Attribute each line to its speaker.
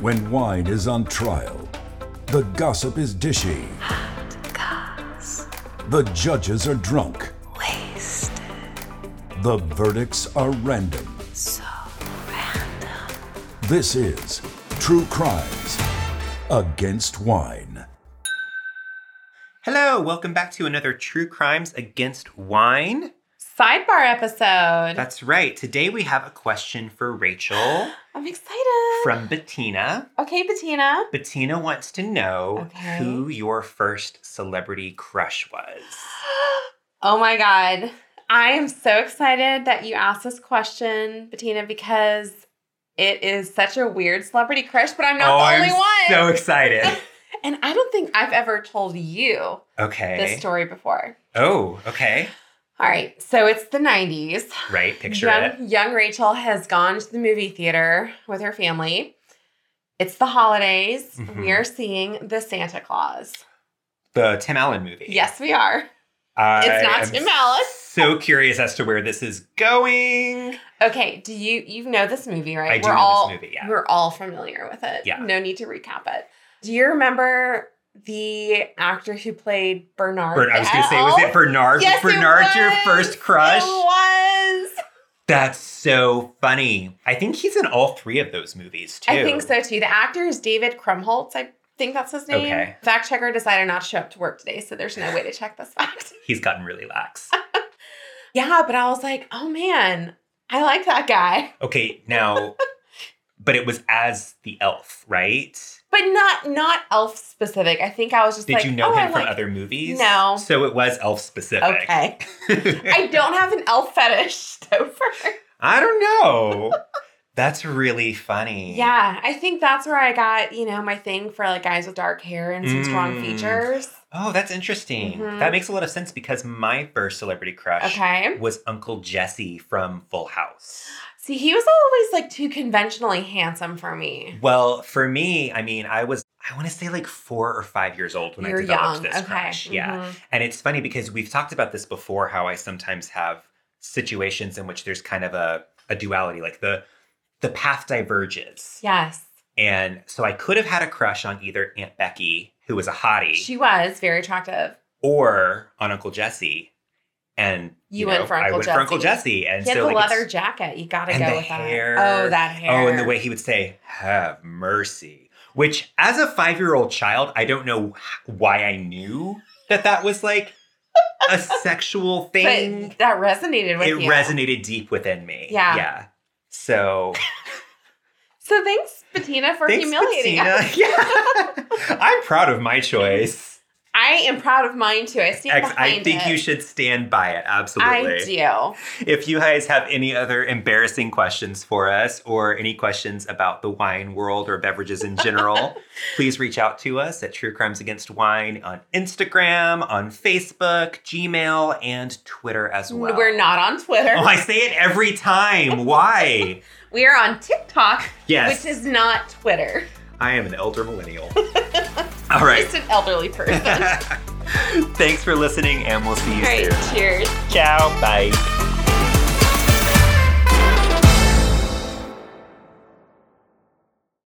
Speaker 1: when wine is on trial, the gossip is dishy, the judges are drunk,
Speaker 2: Waste
Speaker 1: the verdicts are random.
Speaker 2: so random.
Speaker 1: This is True Crimes Against Wine.
Speaker 3: Hello, welcome back to another True Crimes Against Wine.
Speaker 4: Sidebar episode.
Speaker 3: That's right. Today we have a question for Rachel
Speaker 4: I'm excited.
Speaker 3: from Bettina.
Speaker 4: okay, Bettina.
Speaker 3: Bettina wants to know
Speaker 4: Okay.
Speaker 3: who your first celebrity crush was.
Speaker 4: Oh my God. I am so excited that you asked this question, Bettina, because it is such a weird celebrity crush, but I'm not
Speaker 3: oh,
Speaker 4: the only
Speaker 3: I'm
Speaker 4: one.
Speaker 3: so excited.
Speaker 4: and I don't think I've ever told you
Speaker 3: Okay.
Speaker 4: this story before.
Speaker 3: Oh, okay.
Speaker 4: All right, so it's the 90s.
Speaker 3: Right, picture
Speaker 4: young,
Speaker 3: it.
Speaker 4: young Rachel has gone to the movie theater with her family. It's the holidays.
Speaker 3: Mhm.
Speaker 4: We are seeing the Santa Claus.
Speaker 3: The Tim Allen movie.
Speaker 4: Yes, we are.
Speaker 3: I
Speaker 4: It's not
Speaker 3: am
Speaker 4: Tim Allen.
Speaker 3: so curious as to where this is going.
Speaker 4: Okay, do you you know this movie, right?
Speaker 3: I do know this
Speaker 4: all,
Speaker 3: movie, yeah.
Speaker 4: We're all familiar with it.
Speaker 3: Yeah.
Speaker 4: No need to recap it. Do you remember the actor who played Bernard?
Speaker 3: Bern- I was going to
Speaker 4: at
Speaker 3: say, was
Speaker 4: all?
Speaker 3: it Bernard?
Speaker 4: Oh. Yes,
Speaker 3: was
Speaker 4: it
Speaker 3: Bernard your
Speaker 4: was.
Speaker 3: first crush?
Speaker 4: It was.
Speaker 3: That's so funny. I think he's in all three of those movies too.
Speaker 4: I think so too. The actor is David Krumholtz. I think that's his name.
Speaker 3: Okay.
Speaker 4: Fact checker decided not to show up to work today, so there's no way to check this fact.
Speaker 3: He's gotten really lax.
Speaker 4: yeah, but I was like, oh man, I like that guy,
Speaker 3: Okay, now, but it was as the elf, right?
Speaker 4: but not not elf specific. I think I was just
Speaker 3: Did
Speaker 4: like,
Speaker 3: you know
Speaker 4: oh,
Speaker 3: him
Speaker 4: I
Speaker 3: from
Speaker 4: like
Speaker 3: other movies?
Speaker 4: No.
Speaker 3: So it was elf specific.
Speaker 4: Okay. I don't have an elf fetish, Stouffer.
Speaker 3: I don't know. That's really funny.
Speaker 4: Yeah, I think that's where I got, you know, my thing for like guys with dark hair and some strong
Speaker 3: Mm.
Speaker 4: features.
Speaker 3: Oh, that's interesting.
Speaker 4: Mhm.
Speaker 3: That makes a lot of sense because my first celebrity crush
Speaker 4: Okay.
Speaker 3: was Uncle Jesse from Full House.
Speaker 4: See, he was always like too conventionally handsome for me.
Speaker 3: Well, for me, I mean, I was, I want to say like four or five years old when
Speaker 4: You're
Speaker 3: I developed
Speaker 4: young.
Speaker 3: this
Speaker 4: okay.
Speaker 3: crush. Yeah.
Speaker 4: mhm.
Speaker 3: And it's funny because we've talked about this before how I sometimes have situations in which there's kind of a, a duality, like the, the path diverges.
Speaker 4: Yes.
Speaker 3: And so I could have had a crush on either Aunt Becky, who was a hottie,
Speaker 4: She was very attractive.
Speaker 3: or on Uncle Jesse. And
Speaker 4: You went for
Speaker 3: I
Speaker 4: Uncle
Speaker 3: went for Uncle
Speaker 4: Jesse.
Speaker 3: Jesse. And
Speaker 4: he had
Speaker 3: so
Speaker 4: the
Speaker 3: like it's-
Speaker 4: leather jacket. You gotta
Speaker 3: and
Speaker 4: go
Speaker 3: the
Speaker 4: with
Speaker 3: hair.
Speaker 4: that. Oh, that hair.
Speaker 3: Oh, and the way he would say, "Have mercy," which, as a five-year-old child, I don't know h- why I knew that that was like a sexual thing.
Speaker 4: but that resonated with
Speaker 3: It
Speaker 4: you.
Speaker 3: resonated deep within me.
Speaker 4: Yeah.
Speaker 3: yeah. So
Speaker 4: So thanks, Bettina, for
Speaker 3: thanks,
Speaker 4: humiliating
Speaker 3: Bettina.
Speaker 4: us.
Speaker 3: Yeah, I'm proud of my choice.
Speaker 4: I am proud of mine too. I stand
Speaker 3: Ex-
Speaker 4: behind
Speaker 3: I think
Speaker 4: it.
Speaker 3: you should stand by it. Absolutely.
Speaker 4: I do.
Speaker 3: If you guys have any other embarrassing questions for us or any questions about the wine world or beverages in general, please reach out to us at True Crimes Against Wine on Instagram, on Facebook, Gmail, and Twitter as well.
Speaker 4: We're not on Twitter.
Speaker 3: Oh, I say it every time. Why?
Speaker 4: We are on TikTok,
Speaker 3: Yes.
Speaker 4: which is not Twitter.
Speaker 3: I am an elder millennial. All right.
Speaker 4: Just an elderly person.
Speaker 3: Thanks for listening, and we'll see
Speaker 4: All
Speaker 3: you
Speaker 4: right,
Speaker 3: soon.
Speaker 4: cheers.
Speaker 3: Ciao. Bye.